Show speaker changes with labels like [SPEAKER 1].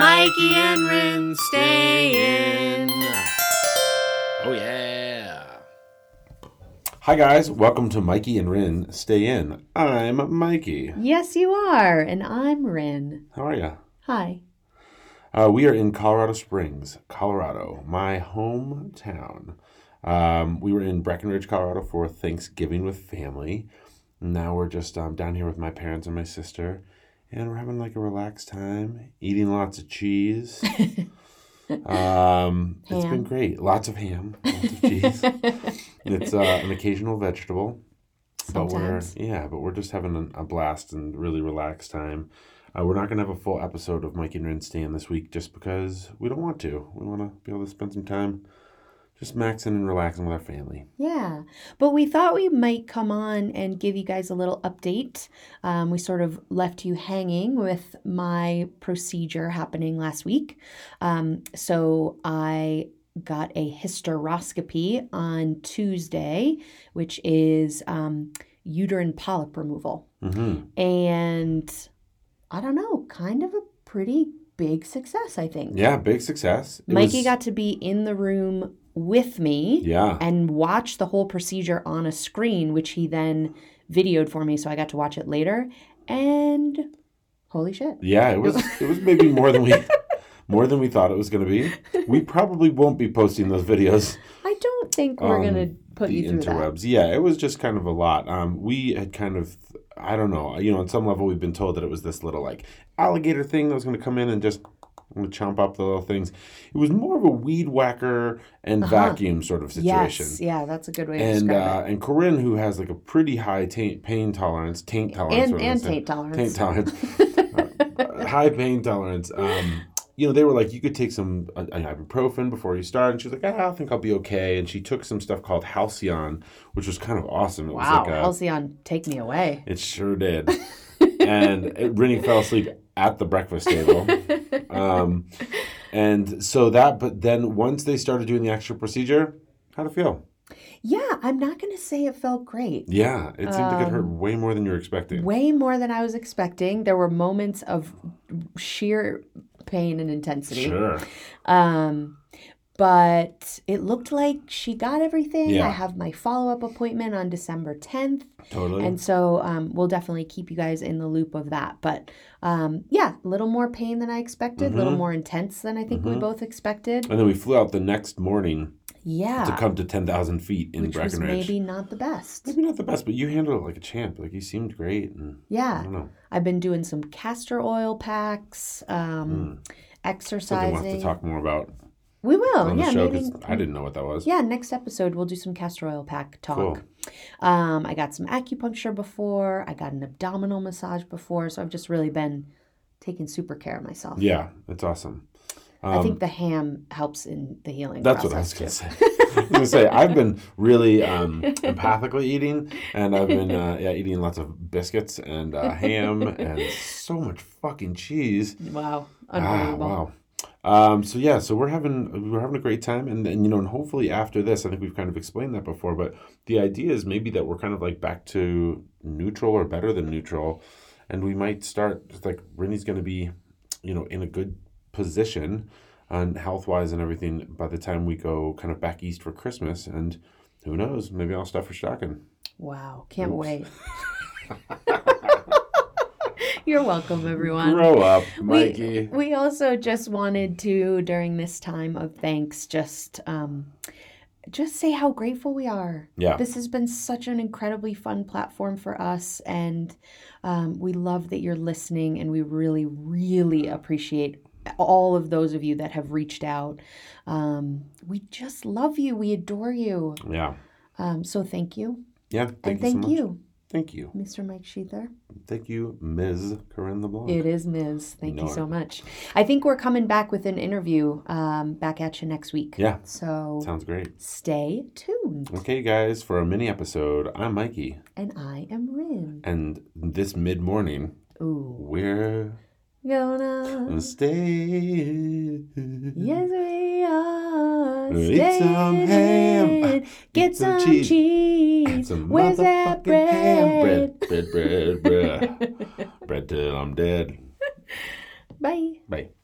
[SPEAKER 1] Mikey and Rin stay in. Oh, yeah. Hi, guys. Welcome to Mikey and Rin Stay In. I'm Mikey.
[SPEAKER 2] Yes, you are. And I'm Rin.
[SPEAKER 1] How are ya?
[SPEAKER 2] Hi.
[SPEAKER 1] Uh, we are in Colorado Springs, Colorado, my hometown. Um, we were in Breckenridge, Colorado for Thanksgiving with family. Now we're just um, down here with my parents and my sister, and we're having like a relaxed time, eating lots of cheese. um, it's been
[SPEAKER 2] Ham.
[SPEAKER 1] great. Lots of ham, lots of cheese. it's uh, an occasional vegetable.
[SPEAKER 2] Sometimes.
[SPEAKER 1] But we're yeah, but we're just having an- a blast and really relaxed time. Uh, we're not gonna have a full episode of Mike and Rin stand this week just because we don't want to. We want to be able to spend some time just maxing and relaxing with our family.
[SPEAKER 2] Yeah. But we thought we might come on and give you guys a little update. Um, we sort of left you hanging with my procedure happening last week. Um, so I got a hysteroscopy on Tuesday, which is um, uterine polyp removal.
[SPEAKER 1] Mm-hmm.
[SPEAKER 2] And I don't know, kind of a pretty big success, I think.
[SPEAKER 1] Yeah, big success. It
[SPEAKER 2] Mikey
[SPEAKER 1] was-
[SPEAKER 2] got to be in the room with me
[SPEAKER 1] yeah.
[SPEAKER 2] and watch the whole procedure on a screen, which he then videoed for me, so I got to watch it later. And holy shit.
[SPEAKER 1] Yeah, it was it was maybe more than we more than we thought it was going to be. We probably won't be posting those videos
[SPEAKER 2] I don't think we're
[SPEAKER 1] on
[SPEAKER 2] gonna put
[SPEAKER 1] Um, the
[SPEAKER 2] you through
[SPEAKER 1] interwebs. Yeah, it was just kind of a lot. Um, we had kind of I don't know. You know, on some level, we've been told that it was this little like alligator thing that was going to come in and just gonna chomp up the little things. It was more of a weed whacker and vacuum sort of
[SPEAKER 2] that.
[SPEAKER 1] situation.
[SPEAKER 2] Uh-huh. Yes, yeah, that's a good way to
[SPEAKER 1] And uh,
[SPEAKER 2] describe
[SPEAKER 1] and Corinne, who has like a pretty high taint, pain tolerance, taint
[SPEAKER 2] it.
[SPEAKER 1] tolerance,
[SPEAKER 2] And
[SPEAKER 1] oh, what am I
[SPEAKER 2] and
[SPEAKER 1] saying?
[SPEAKER 2] taint tolerance.
[SPEAKER 1] pain tolerance, Uh, high pain tolerance. Um, you know, they were like, you could take some uh, uh, ibuprofen before you start, and she was like, ah, I think I'll be okay. And she took some stuff called Halcyon, which was kind of awesome. It
[SPEAKER 2] Wow,
[SPEAKER 1] was like a,
[SPEAKER 2] Halcyon, take me away.
[SPEAKER 1] it sure did. and it, Rennie fell asleep at the breakfast table. Um, and so that, but then once they started doing the actual procedure, how'd it feel?
[SPEAKER 2] Yeah, I'm not gonna say it felt great.
[SPEAKER 1] Yeah, it seemed like it hurt way more than you were expecting.
[SPEAKER 2] Um, Way more than I was expecting. There were moments of sheer pain and intensity.
[SPEAKER 1] Sure.
[SPEAKER 2] Um, but it looked like she got everything.
[SPEAKER 1] Yeah.
[SPEAKER 2] I have my follow up appointment on December 10th.
[SPEAKER 1] Totally.
[SPEAKER 2] And so um, we'll definitely keep you guys in the loop of that. But um, yeah, a little more pain than I expected, a
[SPEAKER 1] Mm-hmm.
[SPEAKER 2] little more intense than I think we both expected.
[SPEAKER 1] and then we flew out the next morning to
[SPEAKER 2] Yeah.
[SPEAKER 1] come to 10,000 feet in
[SPEAKER 2] Which was
[SPEAKER 1] Breckenridge.
[SPEAKER 2] maybe not the best.
[SPEAKER 1] Maybe not the best, but you handled it like a champ. Like you seemed great, and I
[SPEAKER 2] Yeah.
[SPEAKER 1] don't know.
[SPEAKER 2] I've been doing some castor oil packs,
[SPEAKER 1] Hmm.
[SPEAKER 2] um,
[SPEAKER 1] Something
[SPEAKER 2] exercising.
[SPEAKER 1] we'll have to talk more about
[SPEAKER 2] We will.
[SPEAKER 1] on
[SPEAKER 2] Oh, yeah.
[SPEAKER 1] the show
[SPEAKER 2] maybe
[SPEAKER 1] because I didn't know what that was.
[SPEAKER 2] Yeah, next episode we'll do some castor oil pack talk.
[SPEAKER 1] Cool.
[SPEAKER 2] Um, I got some acupuncture before. I got an abdominal massage before, so I've just really been taking super care of myself.
[SPEAKER 1] Yeah, that's awesome. Um,
[SPEAKER 2] I think the ham helps in the healing.
[SPEAKER 1] That's what I was
[SPEAKER 2] process
[SPEAKER 1] gonna say. I was gonna say I've been really um, empathically eating, and I've been uh, yeah eating lots of biscuits and uh, ham and so much fucking cheese.
[SPEAKER 2] too. Wow,
[SPEAKER 1] Ah,
[SPEAKER 2] unbelievable.
[SPEAKER 1] wow. Um, so yeah, so we're having we're having a great time, and then you know, and hopefully after this, I think we've kind of explained that before, but the idea is maybe that we're kind of like back to neutral or better than neutral, and we might start just like Rennie's going to be, you know, in a good position, on health wise and everything by the time we go kind of back east for Christmas, and who knows, maybe I'll stuff her stocking.
[SPEAKER 2] Wow, can't wait. You're welcome, everyone.
[SPEAKER 1] Grow up,
[SPEAKER 2] We,
[SPEAKER 1] Mikey.
[SPEAKER 2] we also just wanted to during this time of thanks just um just say how grateful we are.
[SPEAKER 1] Yeah.
[SPEAKER 2] This has been such an incredibly fun platform for us and um, we love that you're listening and we really really appreciate all of those of you that have reached out. Um, we just love you. We adore you.
[SPEAKER 1] yeah,
[SPEAKER 2] Um, so thank you.
[SPEAKER 1] yeah.
[SPEAKER 2] And
[SPEAKER 1] you so
[SPEAKER 2] thank
[SPEAKER 1] much.
[SPEAKER 2] you,
[SPEAKER 1] Thank you.
[SPEAKER 2] Mr. Mike Sheether.
[SPEAKER 1] Thank you, Ms. Corinne LeBlanc.
[SPEAKER 2] It is Ms. Thank you
[SPEAKER 1] No.
[SPEAKER 2] so much. I think we're coming back with an interview um, back at you next week.
[SPEAKER 1] Yeah.
[SPEAKER 2] So
[SPEAKER 1] Sounds great.
[SPEAKER 2] stay tuned.
[SPEAKER 1] Okay, guys, for a mini episode, I'm Mikey,
[SPEAKER 2] And I am Rin.
[SPEAKER 1] and this mid morning,
[SPEAKER 2] Ooh.
[SPEAKER 1] we're
[SPEAKER 2] Gonna.
[SPEAKER 1] staying.
[SPEAKER 2] Yes, we are.
[SPEAKER 1] Eat Mm. some ham.
[SPEAKER 2] staying. Get some,
[SPEAKER 1] some
[SPEAKER 2] cheese.
[SPEAKER 1] cheese. Some
[SPEAKER 2] Where's
[SPEAKER 1] motherfucking
[SPEAKER 2] that bread?
[SPEAKER 1] ham bread? Bread, bread, bread. bread till I'm dead.
[SPEAKER 2] Bye.
[SPEAKER 1] Bye.